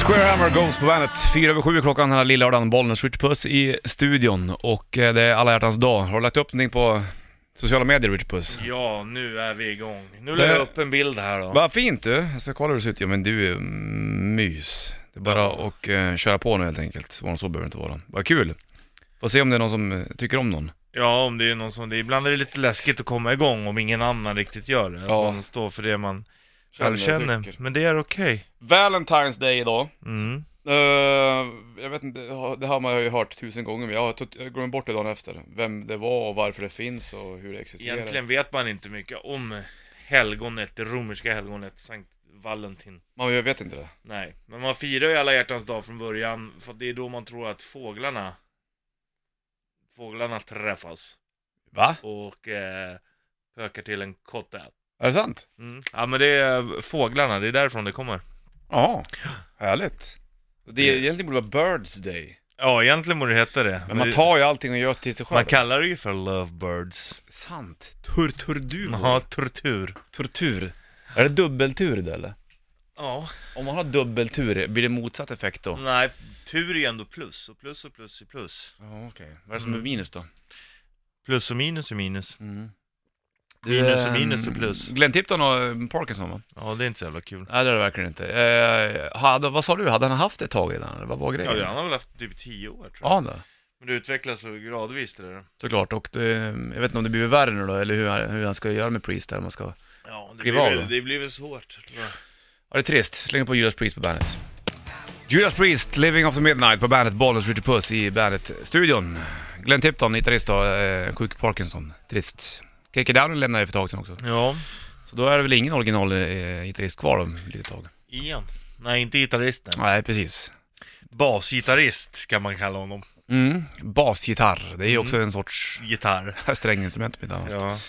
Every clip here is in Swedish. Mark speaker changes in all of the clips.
Speaker 1: Square Ghost på bandet. Fyra över sju klockan den här lillördagen. Bollnäs Rich Puss i studion och eh, det är alla hjärtans dag. Har du lagt upp någonting på sociala medier Rich Puss?
Speaker 2: Ja, nu är vi igång. Nu la
Speaker 1: Det-
Speaker 2: jag upp en bild här då.
Speaker 1: Vad fint du. Jag ska kolla hur det ser ut. Ja men du är mys. Det är bara att eh, köra på nu helt enkelt. Svårare än så behöver det inte vara. Vad kul. Får se om det är någon som eh, tycker om någon.
Speaker 2: Ja, om det är någon som... Det, ibland är det lite läskigt att komma igång om ingen annan riktigt gör det.
Speaker 1: Ja.
Speaker 2: Att man står för det man själv känner.
Speaker 1: tycker.
Speaker 2: Men det är okej.
Speaker 1: Valentine's Day idag.
Speaker 2: Mm.
Speaker 1: Eh, jag vet inte, det har- det har man ju hört tusen gånger men jag har tot- jag glömmer bort det dagen efter. Vem det var och varför det finns och hur det existerar.
Speaker 2: Egentligen vet man inte mycket om helgonet, det romerska helgonet, Sankt Valentin.
Speaker 1: Man jag vet inte det.
Speaker 2: Nej, men man firar ju alla hjärtans dag från början, för det är då man tror att fåglarna Fåglarna träffas
Speaker 1: Va?
Speaker 2: och eh, pökar till en kotte.
Speaker 1: Är det sant?
Speaker 2: Mm. Ja men det är fåglarna, det är därifrån det kommer.
Speaker 1: Ja. Härligt. Det är egentligen borde vara Birds Day.
Speaker 2: Ja, egentligen borde det heta det.
Speaker 1: Men man tar ju allting och gör till sig själv.
Speaker 2: man kallar det ju för lovebirds.
Speaker 1: Sant. Turturduvor.
Speaker 2: Ja, tortur.
Speaker 1: Tortur. Är det dubbeltur det eller?
Speaker 2: Ja.
Speaker 1: Om man har dubbeltur, blir det motsatt effekt då?
Speaker 2: Nej, tur är ju ändå plus, och plus och plus är plus.
Speaker 1: Ja, okej. Vad är det som är
Speaker 2: Mm.
Speaker 1: minus då?
Speaker 2: Plus och minus är minus.
Speaker 1: Mm.
Speaker 2: Minus och minus och plus.
Speaker 1: ehm, Glenn Tipton och eh, Parkinson va?
Speaker 2: Ja, det är inte så jävla kul.
Speaker 1: Nej det är det verkligen inte. Eh, hade, vad sa du, hade han haft ett tag redan? eller Vad var
Speaker 2: Ja,
Speaker 1: grejen?
Speaker 2: han har väl haft typ 10 år tror jag.
Speaker 1: Ja, då.
Speaker 2: Men det utvecklas så gradvis det där.
Speaker 1: såklart. Och det, jag vet inte om det blir värre nu då, eller hur, han- hur han ska göra med Priest där. om Man ska...
Speaker 2: Ja, det
Speaker 1: Skriv
Speaker 2: blir,
Speaker 1: av då.
Speaker 2: väl, det blir väl svårt tror jag.
Speaker 1: Ja, det är trist. Släng på Judas Priest på bandet. Judas Priest, Living After Midnight på bandet Bollnäs Ritchie Puss i bandet-studion. Glenn Tipton, gitarrist då, eh, sjuk i Parkinson. Trist. KK Downing lämnade ju för ett tag sedan också.
Speaker 2: Ja,
Speaker 1: Så då är det väl ingen original eh, gitarrist kvar om ett litet tag.
Speaker 2: Ian. Nej, inte gitarristen.
Speaker 1: Nej, precis.
Speaker 2: Basgitarrist ska man kalla honom.
Speaker 1: Mm. Basgitarr, det är ju också en sorts
Speaker 2: Gitarr.
Speaker 1: stränginstrument om inte annat.
Speaker 2: Mm. Ja.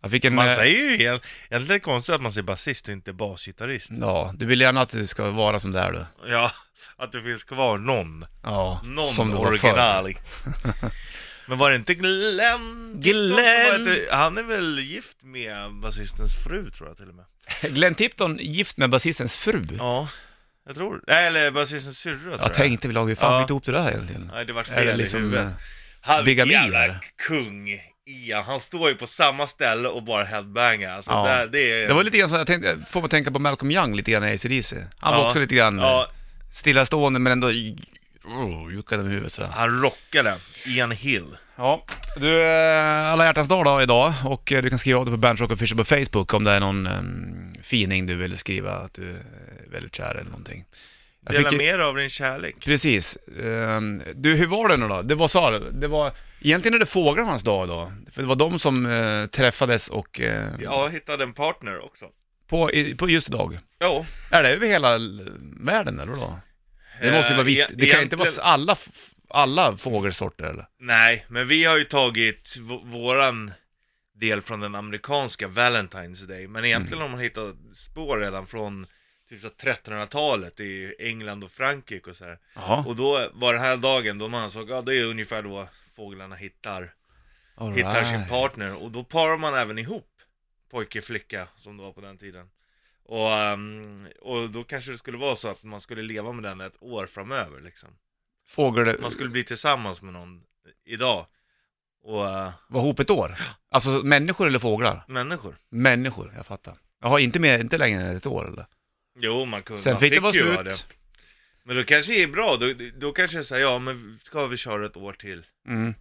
Speaker 1: Jag fick en...
Speaker 2: Man
Speaker 1: eh,
Speaker 2: säger ju egent- egentligen är det konstigt att man säger basist och inte basgitarrist.
Speaker 1: Ja, du vill gärna att du ska vara som det är du.
Speaker 2: Ja, att det finns kvar någon.
Speaker 1: Ja,
Speaker 2: Någon
Speaker 1: som du var förr.
Speaker 2: original. Men var det inte Glenn? Tipton som var
Speaker 1: Glenn!
Speaker 2: ett- Han är väl gift med basistens fru tror jag till och med.
Speaker 1: Glenn Tipton gift med basistens fru.
Speaker 2: Ja, jag tror Nej, eller basistens syrra tror jag.
Speaker 1: jag tänkte väl, hur fan
Speaker 2: Ja.
Speaker 1: fick du ihop det där egentligen?
Speaker 2: Nej, det vart
Speaker 1: Är det
Speaker 2: fel i
Speaker 1: liksom...
Speaker 2: huvudet.
Speaker 1: eh,
Speaker 2: Han vilken
Speaker 1: bigami,
Speaker 2: jävla
Speaker 1: eller?
Speaker 2: kung Ian. Han står ju på samma ställe och bara headbangar. Alltså,
Speaker 1: Ja.
Speaker 2: där, det, är...
Speaker 1: Det var lite grann så, jag tänkte, får man tänka på Malcolm Young lite grann i AC/DC. Han var
Speaker 2: Ja.
Speaker 1: också lite grann
Speaker 2: Ja,
Speaker 1: eh, stillastående men ändå i- oh, juckade med huvudet sådär.
Speaker 2: han rockade. Ian Hill.
Speaker 1: Ja, du, eh, alla hjärtans dag då idag och eh, du kan skriva av dig på Bandrock Official på Facebook om det är någon um, fining du vill skriva att du eh, är väldigt kär eller någonting. Jag
Speaker 2: Dela
Speaker 1: fick ju-
Speaker 2: mer av din kärlek.
Speaker 1: Precis. Ehm, Du, hur var det nu då? Det var så här, det var, egentligen är det fåglarnas dag idag. För det var de som eh, träffades och, eh,
Speaker 2: Jag hittade en partner också.
Speaker 1: på, i, på just idag.
Speaker 2: Ja.
Speaker 1: Är det över hela l- världen eller då? Det måste ju
Speaker 2: Eh,
Speaker 1: vara visst,
Speaker 2: e-
Speaker 1: det kan ju inte vara s-
Speaker 2: egentligen-
Speaker 1: alla, f- alla fågelsorter eller?
Speaker 2: Nej, men vi har ju tagit v- våran del från den amerikanska Valentine's Day, men egentligen har man hittat spår redan från typ så 1300-talet i England och Frankrike och så här.
Speaker 1: Jaha.
Speaker 2: Och då var den här dagen då man såg, ja det är ungefär då fåglarna hittar,
Speaker 1: All
Speaker 2: hittar sin
Speaker 1: right.
Speaker 2: partner och då parar man även ihop pojke och flicka som det var på den tiden. Och, ehm, och då kanske det skulle vara så att man skulle leva med den ett år framöver liksom.
Speaker 1: Fågel,
Speaker 2: Man skulle bli tillsammans med någon idag. Och eh,
Speaker 1: var ihop ett år? Alltså människor eller fåglar?
Speaker 2: människor.
Speaker 1: Människor, jag fattar. Jaha, inte, mer, inte längre än ett år eller?
Speaker 2: Jo, man kunde.
Speaker 1: Sen
Speaker 2: man
Speaker 1: fick det vara
Speaker 2: ju ha
Speaker 1: slut.
Speaker 2: Men då kanske det är bra. Då, då kanske det är så här, ja men ska vi köra ett år till?
Speaker 1: Mm.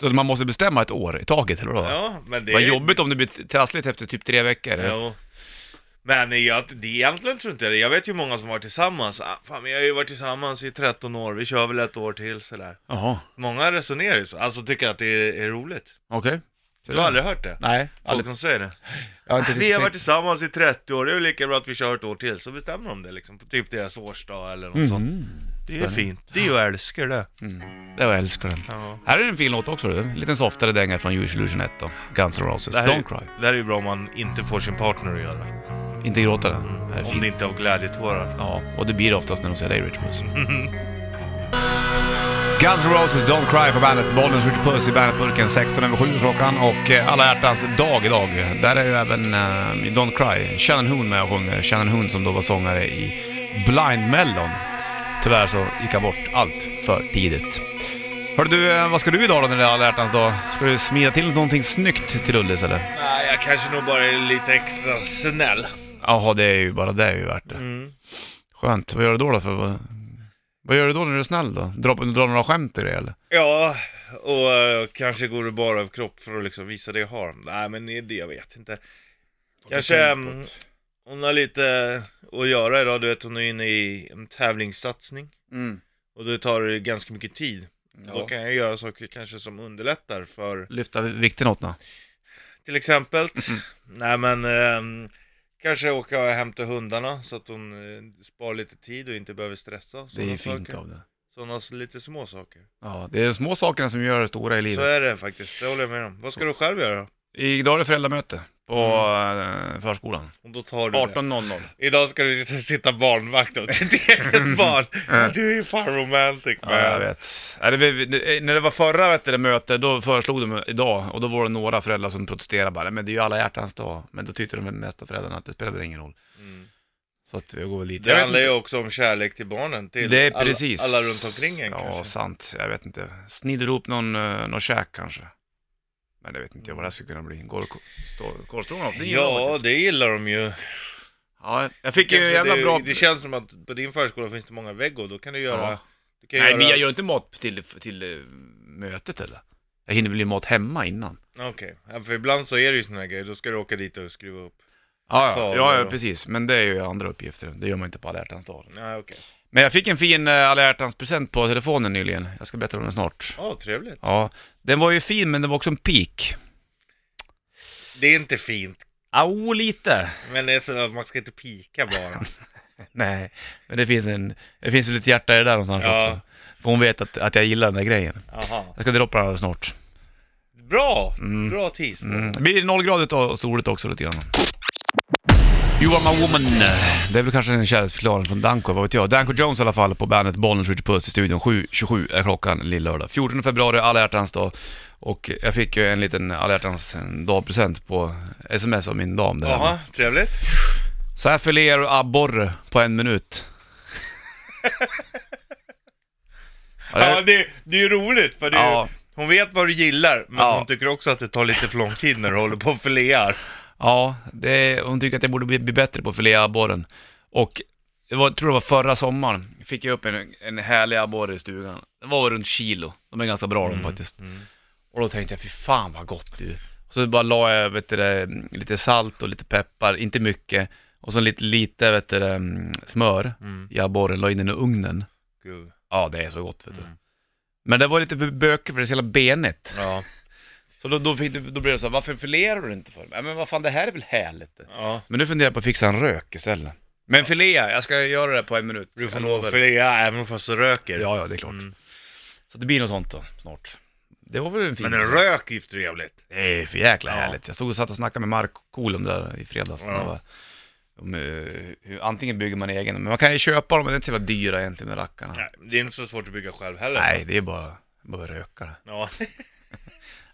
Speaker 1: Så man måste bestämma ett år i taget eller vadå?
Speaker 2: Ja, men det
Speaker 1: Vad jobbigt om det blir trassligt efter typ tre veckor.
Speaker 2: Jo. Men jag, det är egentligen tror inte jag det. Jag vet ju många som har varit tillsammans. Ah, fan, men jag har ju varit tillsammans i 13 år. Vi kör väl ett år till sådär.
Speaker 1: Jaha,
Speaker 2: Många resonerar ju så. Alltså tycker att det är, är roligt.
Speaker 1: okej.
Speaker 2: Du har aldrig hört det?
Speaker 1: Nej,
Speaker 2: Folk
Speaker 1: aldrig.
Speaker 2: som säger det?
Speaker 1: Jag har
Speaker 2: Ah,
Speaker 1: inte
Speaker 2: Vi har
Speaker 1: tänkt-
Speaker 2: varit tillsammans i 30 år, det är väl lika bra att vi kör ett år till, så bestämmer de det liksom på typ deras årsdag eller något sånt.
Speaker 1: Mm.
Speaker 2: Det är fint, det är ju jag älskar det.
Speaker 1: Mm. Det var jag älskar den.
Speaker 2: Ja.
Speaker 1: Här är en fin låt också du. En liten softare dänga från Use Illusion 1 då. Guns N' Roses,
Speaker 2: Det här,
Speaker 1: Don't Cry.
Speaker 2: är, det här är ju bra om man inte får sin partner att göra.
Speaker 1: Inte gråta den. Det här är
Speaker 2: Om det
Speaker 1: fint.
Speaker 2: inte är av glädjetårar.
Speaker 1: Ja, och det blir det oftast när de säger dig Rich Puss. Guns N' Roses, Don't Cry på bandet. Bollnäs Rich Puss i bandetburken 16 över 7 klockan och eh, alla hjärtans dag idag. Där är ju även eh, i Don't Cry Shannon Hoon med och sjunger. Shannon Hoon som då var sångare i Blind Melon. Tyvärr så gick han bort allt för tidigt. Hör du, eh, vad ska du idag då när det är alla hjärtans dag? Ska du smida till någonting snyggt till Ullis eller?
Speaker 2: Nej, jag kanske nog bara är lite extra snäll.
Speaker 1: Jaha, det är ju bara det är ju värt det.
Speaker 2: Mm.
Speaker 1: Skönt. Vad gör du då då för... Vad, vad gör du då när du är snäll då? Drar, drar några skämt i det eller?
Speaker 2: Ja, och eh, kanske går det bara av kropp för att liksom visa det jag har. Nej, men det är det jag vet inte. Kanske mm, hon har lite att göra idag. Du vet, hon är inne i en tävlingssatsning.
Speaker 1: Mm.
Speaker 2: Och då tar det ganska mycket tid. Då
Speaker 1: Ja.
Speaker 2: kan jag göra saker kanske som underlättar för
Speaker 1: Lyfta vikten åt nå.
Speaker 2: till exempel. Nej men, ehm, kanske åka och hämta hundarna så att hon eh, sparar lite tid och inte behöver stressa.
Speaker 1: Det är ju
Speaker 2: Sådana
Speaker 1: fint
Speaker 2: saker.
Speaker 1: av det.
Speaker 2: Sådana s- lite små saker.
Speaker 1: Ja, det är de små sakerna som gör det stora i
Speaker 2: Så
Speaker 1: livet.
Speaker 2: är det faktiskt, det håller jag med om. Vad ska du själv göra?
Speaker 1: Idag är det föräldramöte på eh, förskolan.
Speaker 2: Och då tar Mm. du det.
Speaker 1: 18.00.
Speaker 2: Idag ska du sitta- sitta barnvakt åt ditt eget barn. Men Du är ju fan romantic man.
Speaker 1: Mm. Ja, jag vet. Ja, det, vi- det, eh, när det var förra vet du, det mötet, då föreslog de idag, och då var det några föräldrar som protesterade bara, men det är ju alla hjärtans dag. Men då tyckte de mesta föräldrarna att det spelar väl ingen roll.
Speaker 2: Mm.
Speaker 1: Så att vi går väl dit.
Speaker 2: Det
Speaker 1: Jag vet
Speaker 2: handlar
Speaker 1: inte.
Speaker 2: ju också om kärlek till barnen, till
Speaker 1: det är
Speaker 2: alla,
Speaker 1: precis.
Speaker 2: alla runt omkring en
Speaker 1: Ja,
Speaker 2: kanske.
Speaker 1: sant. Jag vet inte. Snider ihop någon, eh, någon käk kanske. Men det vet inte jag vad det här skulle kunna bli. Går korvstroganoff? Det gillar jag
Speaker 2: Ja,
Speaker 1: faktiskt.
Speaker 2: det gillar de ju.
Speaker 1: ja, jag fick ju
Speaker 2: Kanske
Speaker 1: jävla
Speaker 2: det,
Speaker 1: bra...
Speaker 2: det känns som att på din förskola finns det många vägg och då kan du göra...
Speaker 1: Ja.
Speaker 2: Du kan
Speaker 1: Nej,
Speaker 2: göra...
Speaker 1: men jag gör inte mat till, till eh, mötet eller? Jag hinner väl göra mat hemma innan.
Speaker 2: Okej, Ja, för ibland så är det ju såna här grejer, då ska du åka dit och skruva upp.
Speaker 1: Ja, ja,
Speaker 2: Ta
Speaker 1: ja,
Speaker 2: det
Speaker 1: ja
Speaker 2: då.
Speaker 1: precis. Men det är ju andra uppgifter. Det gör man inte på alla hjärtans dag.
Speaker 2: Nej, okej.
Speaker 1: Men jag fick en fin eh, alla hjärtans present på telefonen nyligen. Jag ska berätta om den snart.
Speaker 2: Ja, trevligt.
Speaker 1: Ja, den var ju fin men den var också en pik.
Speaker 2: Det är inte fint,
Speaker 1: Au, lite.
Speaker 2: men det är så att man ska inte pika bara.
Speaker 1: Nej, men det finns en... Det finns väl ett hjärta i det där någonstans
Speaker 2: Ja.
Speaker 1: också. För hon vet att, att jag gillar den där grejen.
Speaker 2: Jaha.
Speaker 1: Jag ska droppa den här snart.
Speaker 2: Bra! Bra tis.
Speaker 1: Mm. Det blir nollgradigt och soligt också lite grann. You are my woman. Det är väl kanske en kärleksförklaring från Danko, vad vet jag. Danko Jones i alla fall på bandet Bollnäs Ritchie Puss i studion. 7.27 är klockan lillördag. 14 februari, alla hjärtans dag. Och jag fick ju en liten alla hjärtans dag-present på sms av min dam. Där.
Speaker 2: Jaha, trevligt.
Speaker 1: Så här filéer och abborre på en minut. ja, det,
Speaker 2: Ja, det, det är ju roligt för det är, ju-
Speaker 1: Ja.
Speaker 2: hon vet vad du gillar, men
Speaker 1: Ja.
Speaker 2: hon tycker också att det tar lite för lång tid när du håller på och filear.
Speaker 1: Ja, det, hon tycker att jag borde bli, bli bättre på att filea abborren. Och det var, jag tror det var förra sommaren, fick jag upp en, en härlig abborre i stugan. Den var runt kilo, de är ganska bra
Speaker 2: Mm,
Speaker 1: de faktiskt. Och då tänkte jag, fy fan vad gott du. Och så bara la jag vet du, det, lite salt och lite peppar, inte mycket. Och så lite, lite vet du, det, smör
Speaker 2: Mm.
Speaker 1: i abborren, la in den i ugnen.
Speaker 2: Gud.
Speaker 1: Ja, det är så gott vet du.
Speaker 2: Mm.
Speaker 1: Men det var lite bökigt för det är så jävla benigt.
Speaker 2: Ja.
Speaker 1: Så då, då, fick, då blev det så här, varför filerar du inte för mig? Ja, Men vad fan, det här är väl härligt?
Speaker 2: ja.
Speaker 1: Men nu funderar jag på att fixa en rök istället. Men filea, jag ska göra det på en minut.
Speaker 2: Du får
Speaker 1: Jag
Speaker 2: nog
Speaker 1: lovar.
Speaker 2: filea även fast du röker.
Speaker 1: Ja, ja, det är klart.
Speaker 2: Mm.
Speaker 1: Så det blir något sånt då, snart. Det var väl en fin...
Speaker 2: Men en rök är ju trevligt.
Speaker 1: Det är för jäkla
Speaker 2: Ja.
Speaker 1: härligt. Jag stod och satt och snackade med Markool om det där i fredags.
Speaker 2: Ja.
Speaker 1: Det var, om, eh, hur, antingen bygger man egen, men man kan ju köpa dem, men det är inte så jävla dyra egentligen med rackarna. Nej,
Speaker 2: Nej, det är inte så svårt att bygga själv heller.
Speaker 1: det är bara, bara röka det.
Speaker 2: Ja.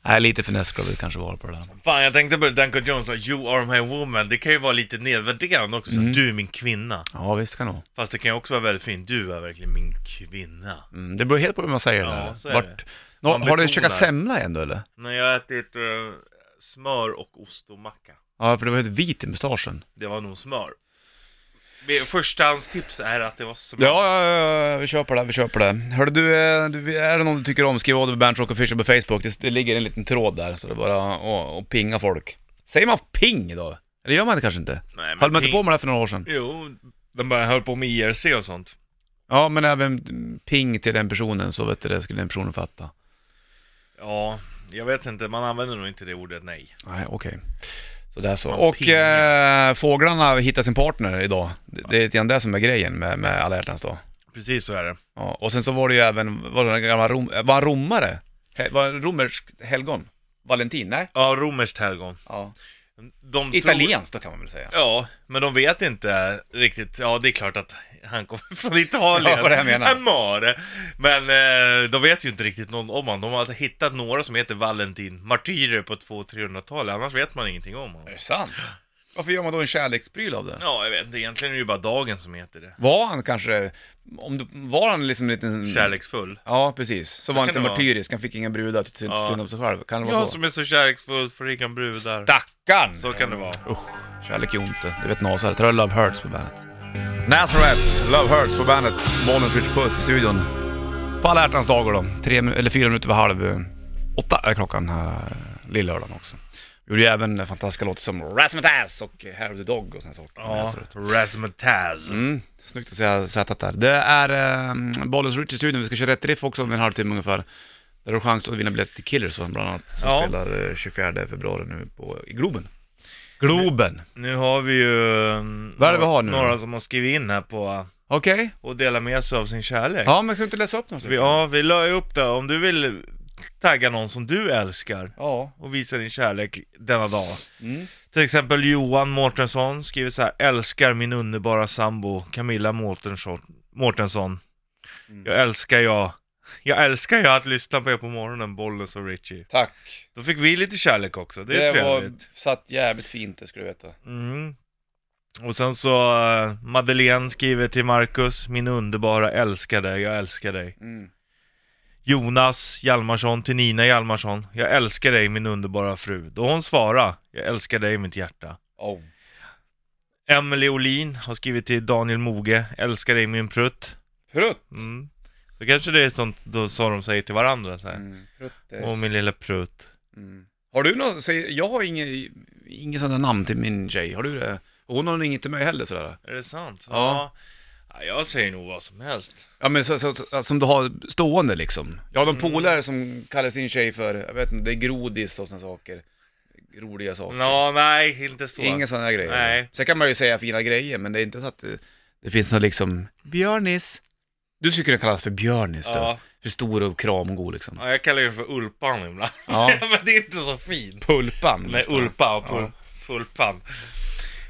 Speaker 1: Nej, lite finess skulle det kanske vara på det där.
Speaker 2: Fan, jag tänkte på det Danko Jones sa 'You are my woman' Det kan ju vara lite nedvärderande också,
Speaker 1: Mm.
Speaker 2: så att du är min kvinna.
Speaker 1: Ja, visst kan det vara.
Speaker 2: Fast det kan ju också vara väldigt fint, du är verkligen min kvinna.
Speaker 1: Mm, det beror helt på hur man säger
Speaker 2: Ja,
Speaker 1: det.
Speaker 2: så är det.
Speaker 1: Nå,
Speaker 2: Man
Speaker 1: har du
Speaker 2: betonar.
Speaker 1: käkat semla än då eller?
Speaker 2: När jag har ätit eh, smör och ost och macka.
Speaker 1: Ja, för det var helt vit i mustaschen.
Speaker 2: Det var nog smör. Min Förstahandstips är att det var smör.
Speaker 1: Ja, ja, ja, ja, vi köper det, vi köper det. Hörru du, eh, du, är det någon du tycker om, skriv av dig på Bandrock Official på Facebook. Det, det ligger en liten tråd där, så det är bara att- att pinga folk. Säger man ping då? Eller gör man det kanske inte?
Speaker 2: Nej, men
Speaker 1: Höll man
Speaker 2: ping-
Speaker 1: inte på med det här för några år sedan?
Speaker 2: Jo, de bara höll på med IRC och sånt.
Speaker 1: Ja, men även mm, ping till den personen, så vet du det, skulle den personen fatta.
Speaker 2: Ja, jag vet inte, man använder nog inte det ordet nej.
Speaker 1: Nej, okej. Så där så.
Speaker 2: Man
Speaker 1: Och
Speaker 2: pingar.
Speaker 1: eh, fåglarna hittar sin partner idag. Det, det är lite grann det som är grejen med, med alla hjärtans dag.
Speaker 2: Precis så är det.
Speaker 1: Ja, och sen så var det ju även, var det den gamla rom, var han romare? He, var han romersk helgon? Valentin? Nej?
Speaker 2: Ja, romerskt helgon.
Speaker 1: Ja.
Speaker 2: De tror-
Speaker 1: Italienskt då kan man väl säga.
Speaker 2: Ja, men de vet inte riktigt. Ja, det är klart att han kommer från
Speaker 1: Ja,
Speaker 2: Italien.
Speaker 1: vad det jag menar.
Speaker 2: Amore. Men eh, de vet ju inte riktigt någon om honom. De har alltså hittat några som heter Valentin, martyrer på 200-300-talet. Annars vet man ingenting om honom.
Speaker 1: Är det sant? Varför gör man då en kärlekspryl av det?
Speaker 2: Ja, jag vet inte. Egentligen är det ju bara dagen som heter det.
Speaker 1: Var han kanske, om du, var han liksom en liten...
Speaker 2: Kärleksfull.
Speaker 1: Ja, precis. Så, var han
Speaker 2: kan
Speaker 1: inte
Speaker 2: det vara.
Speaker 1: martyrisk, han fick inga brudar, tyckte inte
Speaker 2: Ja.
Speaker 1: synd om sig själv. Kan det vara
Speaker 2: Jag
Speaker 1: så?
Speaker 2: som är så kärleksfull får inga brudar.
Speaker 1: Stackarn!
Speaker 2: Så kan det vara.
Speaker 1: Usch, kärlek är ont det. Det vet Nasare. Tror jag Love Hurts på bandet. Nazareth, Love Hurts på bandet. Bollens Rich Puss i studion. På alla hjärtans dagar då. Tre, mi- eller fyra minuter över halv eh, åtta är klockan här lillördagen också. Vi gjorde ju även fantastiska låtar som Razzmatazz och Hair of the Dog och sådana saker.
Speaker 2: Ja,
Speaker 1: Nazareth.
Speaker 2: Razzmatazz.
Speaker 1: Mm, snyggt att säga sätet där. Det är eh, Bollens Rich i studion. Vi ska köra rätt riff också om en halvtimme ungefär. Där har du chans att vinna biljetter till Killers bland annat. Som
Speaker 2: Ja.
Speaker 1: spelar eh, 24 februari nu på, i Globen. Globen!
Speaker 2: Nu har vi ju mm,
Speaker 1: Vad är det vi har nu då?
Speaker 2: några som har skrivit in här på
Speaker 1: Okej.
Speaker 2: och delar med sig av sin kärlek.
Speaker 1: Ja, men kan du inte läsa upp något?
Speaker 2: Vi, ja, vi la ju upp det. Om du vill tagga någon som du älskar
Speaker 1: Ja.
Speaker 2: och visa din kärlek denna dag.
Speaker 1: Mm.
Speaker 2: Till exempel Johan Mårtensson skriver så här, älskar min underbara sambo Camilla Mårtensson. Mårtensson.
Speaker 1: Mm.
Speaker 2: Jag älskar jag. Jag älskar jag att lyssna på er på morgonen, Bollnäs och Richie.
Speaker 1: Tack.
Speaker 2: Då fick vi lite kärlek också, det är trevligt.
Speaker 1: satt jävligt fint, det ska du veta.
Speaker 2: Mm. Och sen så, eh, Madeleine skriver till Marcus, min underbara älskade, jag älskar dig.
Speaker 1: Mm.
Speaker 2: Jonas Hjalmarsson till Nina Hjalmarsson. Jag älskar dig min underbara fru. Då hon svarar, jag älskar dig mitt hjärta.
Speaker 1: Oh.
Speaker 2: Emily Olin har skrivit till Daniel Moge, älskar dig min prutt.
Speaker 1: Prutt!
Speaker 2: Mm. Då kanske det är sånt då, som de säger till varandra så här.
Speaker 1: Mm. Prutt är-
Speaker 2: Åh min lilla prutt.
Speaker 1: mm. Har du någon, säg, jag har inget, inget sånt där namn till min tjej, har du det? Och Hon har inget till mig heller sådär.
Speaker 2: Är det sant?
Speaker 1: Ja.
Speaker 2: Ja, jag säger nog vad som helst.
Speaker 1: Ja men så, så, så, som du har stående liksom. Jag har
Speaker 2: Mm.
Speaker 1: någon polare som kallar sin tjej för, jag vet inte, det är grodis och sådana saker. Roliga saker.
Speaker 2: Nå, nej, inte så.
Speaker 1: Inga sådana grejer.
Speaker 2: Nej.
Speaker 1: Sen kan man ju säga fina grejer, men det är inte så att det, det finns något liksom... Björnis. Du skulle kunna kallas för Björnis då.
Speaker 2: Ja.
Speaker 1: För stor och kramgod liksom.
Speaker 2: Ja, jag kallar den för Ulpan ibland.
Speaker 1: Ja.
Speaker 2: Men det är inte så fint.
Speaker 1: Pulpan.
Speaker 2: Nej,
Speaker 1: nästan.
Speaker 2: Ulpa och pul-
Speaker 1: Ja.
Speaker 2: Pulpan.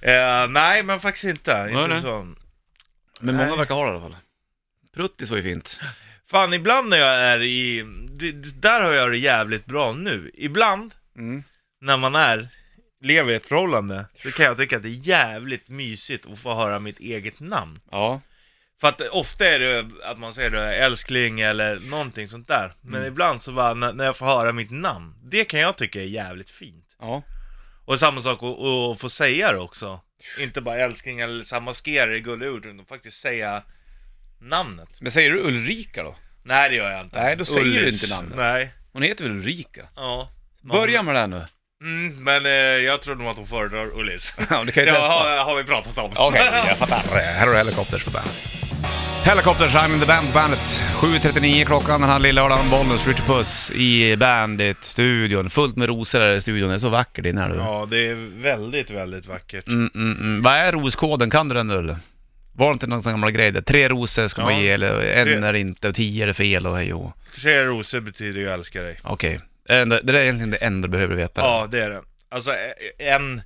Speaker 2: Eh, nej, men faktiskt inte. Inte
Speaker 1: nej.
Speaker 2: så.
Speaker 1: Men många
Speaker 2: Nej.
Speaker 1: verkar ha det i alla fall. Pruttis var ju fint.
Speaker 2: Fan, ibland när jag är i... Det, det, där har jag det jävligt bra nu. Ibland,
Speaker 1: Mm.
Speaker 2: när man är, lever i ett förhållande, så kan jag tycka att det är jävligt mysigt att få höra mitt eget namn.
Speaker 1: Ja.
Speaker 2: För att ofta är det att man säger då, älskling eller någonting sånt där. Men ibland så bara, när, när jag får höra mitt namn, det kan jag tycka är jävligt fint.
Speaker 1: Ja.
Speaker 2: Och samma sak att- att få säga det också. Inte bara älskling eller så här maskera det i gulliga ord, utan faktiskt säga namnet.
Speaker 1: Men säger du Ulrika då?
Speaker 2: Nej, det gör jag inte.
Speaker 1: Nej, då säger du
Speaker 2: Ullis.
Speaker 1: inte namnet.
Speaker 2: Nej.
Speaker 1: Hon heter väl Ulrika?
Speaker 2: Ja.
Speaker 1: Börja med det här nu.
Speaker 2: Mm, men eh, jag tror nog att hon föredrar Ullis.
Speaker 1: Ja, du kan ju
Speaker 2: Det
Speaker 1: testa.
Speaker 2: har, har vi pratat om.
Speaker 1: Okej, jag fattar. Här har du Helicopters på bandet. Helicopters, I'm in the band på bandet. 7.39 klockan den här lilla lördagen. Bollnäs, Richard Puss i Bandit-studion. Fullt med rosor här i studion. Det är så vackert inne här du.
Speaker 2: Ja, det är väldigt, väldigt vackert.
Speaker 1: Mm, mm, mm. Vad är roskoden? Kan du den eller? Var det inte någon sån gammal grej där? Tre rosor ska man
Speaker 2: Ja.
Speaker 1: ge, eller en
Speaker 2: Tre.
Speaker 1: är inte, och tio är fel och hej och hå.
Speaker 2: Tre rosor betyder jag älskar dig.
Speaker 1: Okej. Är Det enda- det där är egentligen det enda du behöver veta.
Speaker 2: Ja, det är det. Alltså e- en,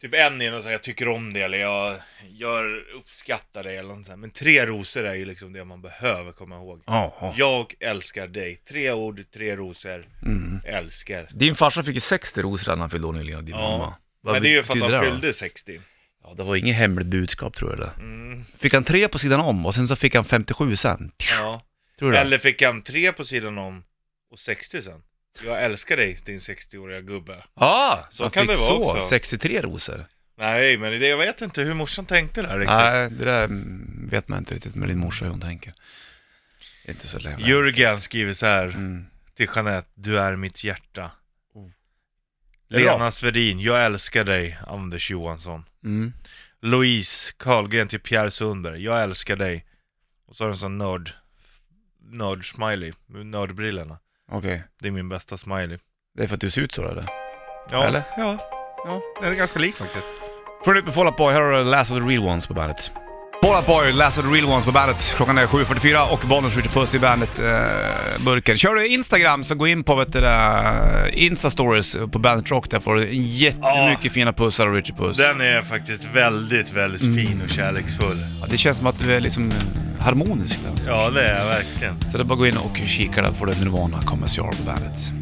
Speaker 2: typ en är någon så här, jag tycker om det eller jag, jag uppskattar dig eller något sånt. där. Men tre rosor är ju liksom det man behöver komma ihåg.
Speaker 1: Ja, ja.
Speaker 2: Jag älskar dig. Tre ord, tre rosor.
Speaker 1: Mm.
Speaker 2: Älskar.
Speaker 1: Din farsa fick ju 60 rosor när han fyllde år nyligen, och din
Speaker 2: Ja.
Speaker 1: mamma. Vad
Speaker 2: Men det är ju för att
Speaker 1: betyder
Speaker 2: han
Speaker 1: det då?
Speaker 2: fyllde 60.
Speaker 1: Ja, det var inget hemligt budskap tror jag det.
Speaker 2: Mm,
Speaker 1: Fick han tre på sidan om och sen så fick han 57 sen.
Speaker 2: ja.
Speaker 1: Tror du det?
Speaker 2: Eller fick han tre på sidan om och 60 sen? Jag älskar dig din 60-åriga gubbe.
Speaker 1: Ja,
Speaker 2: Så
Speaker 1: han
Speaker 2: kan
Speaker 1: fick
Speaker 2: det vara
Speaker 1: så.
Speaker 2: också.
Speaker 1: 63 rosor.
Speaker 2: Nej, men det, jag vet inte hur morsan tänkte där riktigt.
Speaker 1: Nej, det där mm, vet man inte riktigt med din morsa hur hon tänker. Det är Inte så länge.
Speaker 2: Jürgen skriver så här
Speaker 1: Mm.
Speaker 2: till Jeanette, du är mitt hjärta.
Speaker 1: Mm.
Speaker 2: Lena Svedin, jag älskar dig, Anders Johansson.
Speaker 1: Mm.
Speaker 2: Louise Karlgren till Pierre Sundberg, jag älskar dig. Och så har den sån nörd, nörd-smiley, med nördbrillorna.
Speaker 1: Okej.
Speaker 2: Det är min bästa smiley.
Speaker 1: Det är för att du ser ut så eller?
Speaker 2: Ja,
Speaker 1: Eller?
Speaker 2: ja.
Speaker 1: Ja.
Speaker 2: Den är ganska lik faktiskt.
Speaker 1: Från ut med Fall Out Boy, här har du Last of the Real Ones på bandet. Fall Out Boy, Last of the Real Ones på bandet. Klockan är 7.44 och Bollnäs skjuter puss i bandet-burken. Kör du Instagram så gå in på vet du, det, Insta-stories på Bandet Rock. Där får du jättemycket fina pussar av Richard Puss.
Speaker 2: Den är faktiskt väldigt, väldigt fin och kärleksfull.
Speaker 1: Ja, det känns som att du är liksom harmonisk där.
Speaker 2: Ja, det är jag verkligen.
Speaker 1: Så det är bara att gå in och kika där får du Nirvana Commercial på bandet.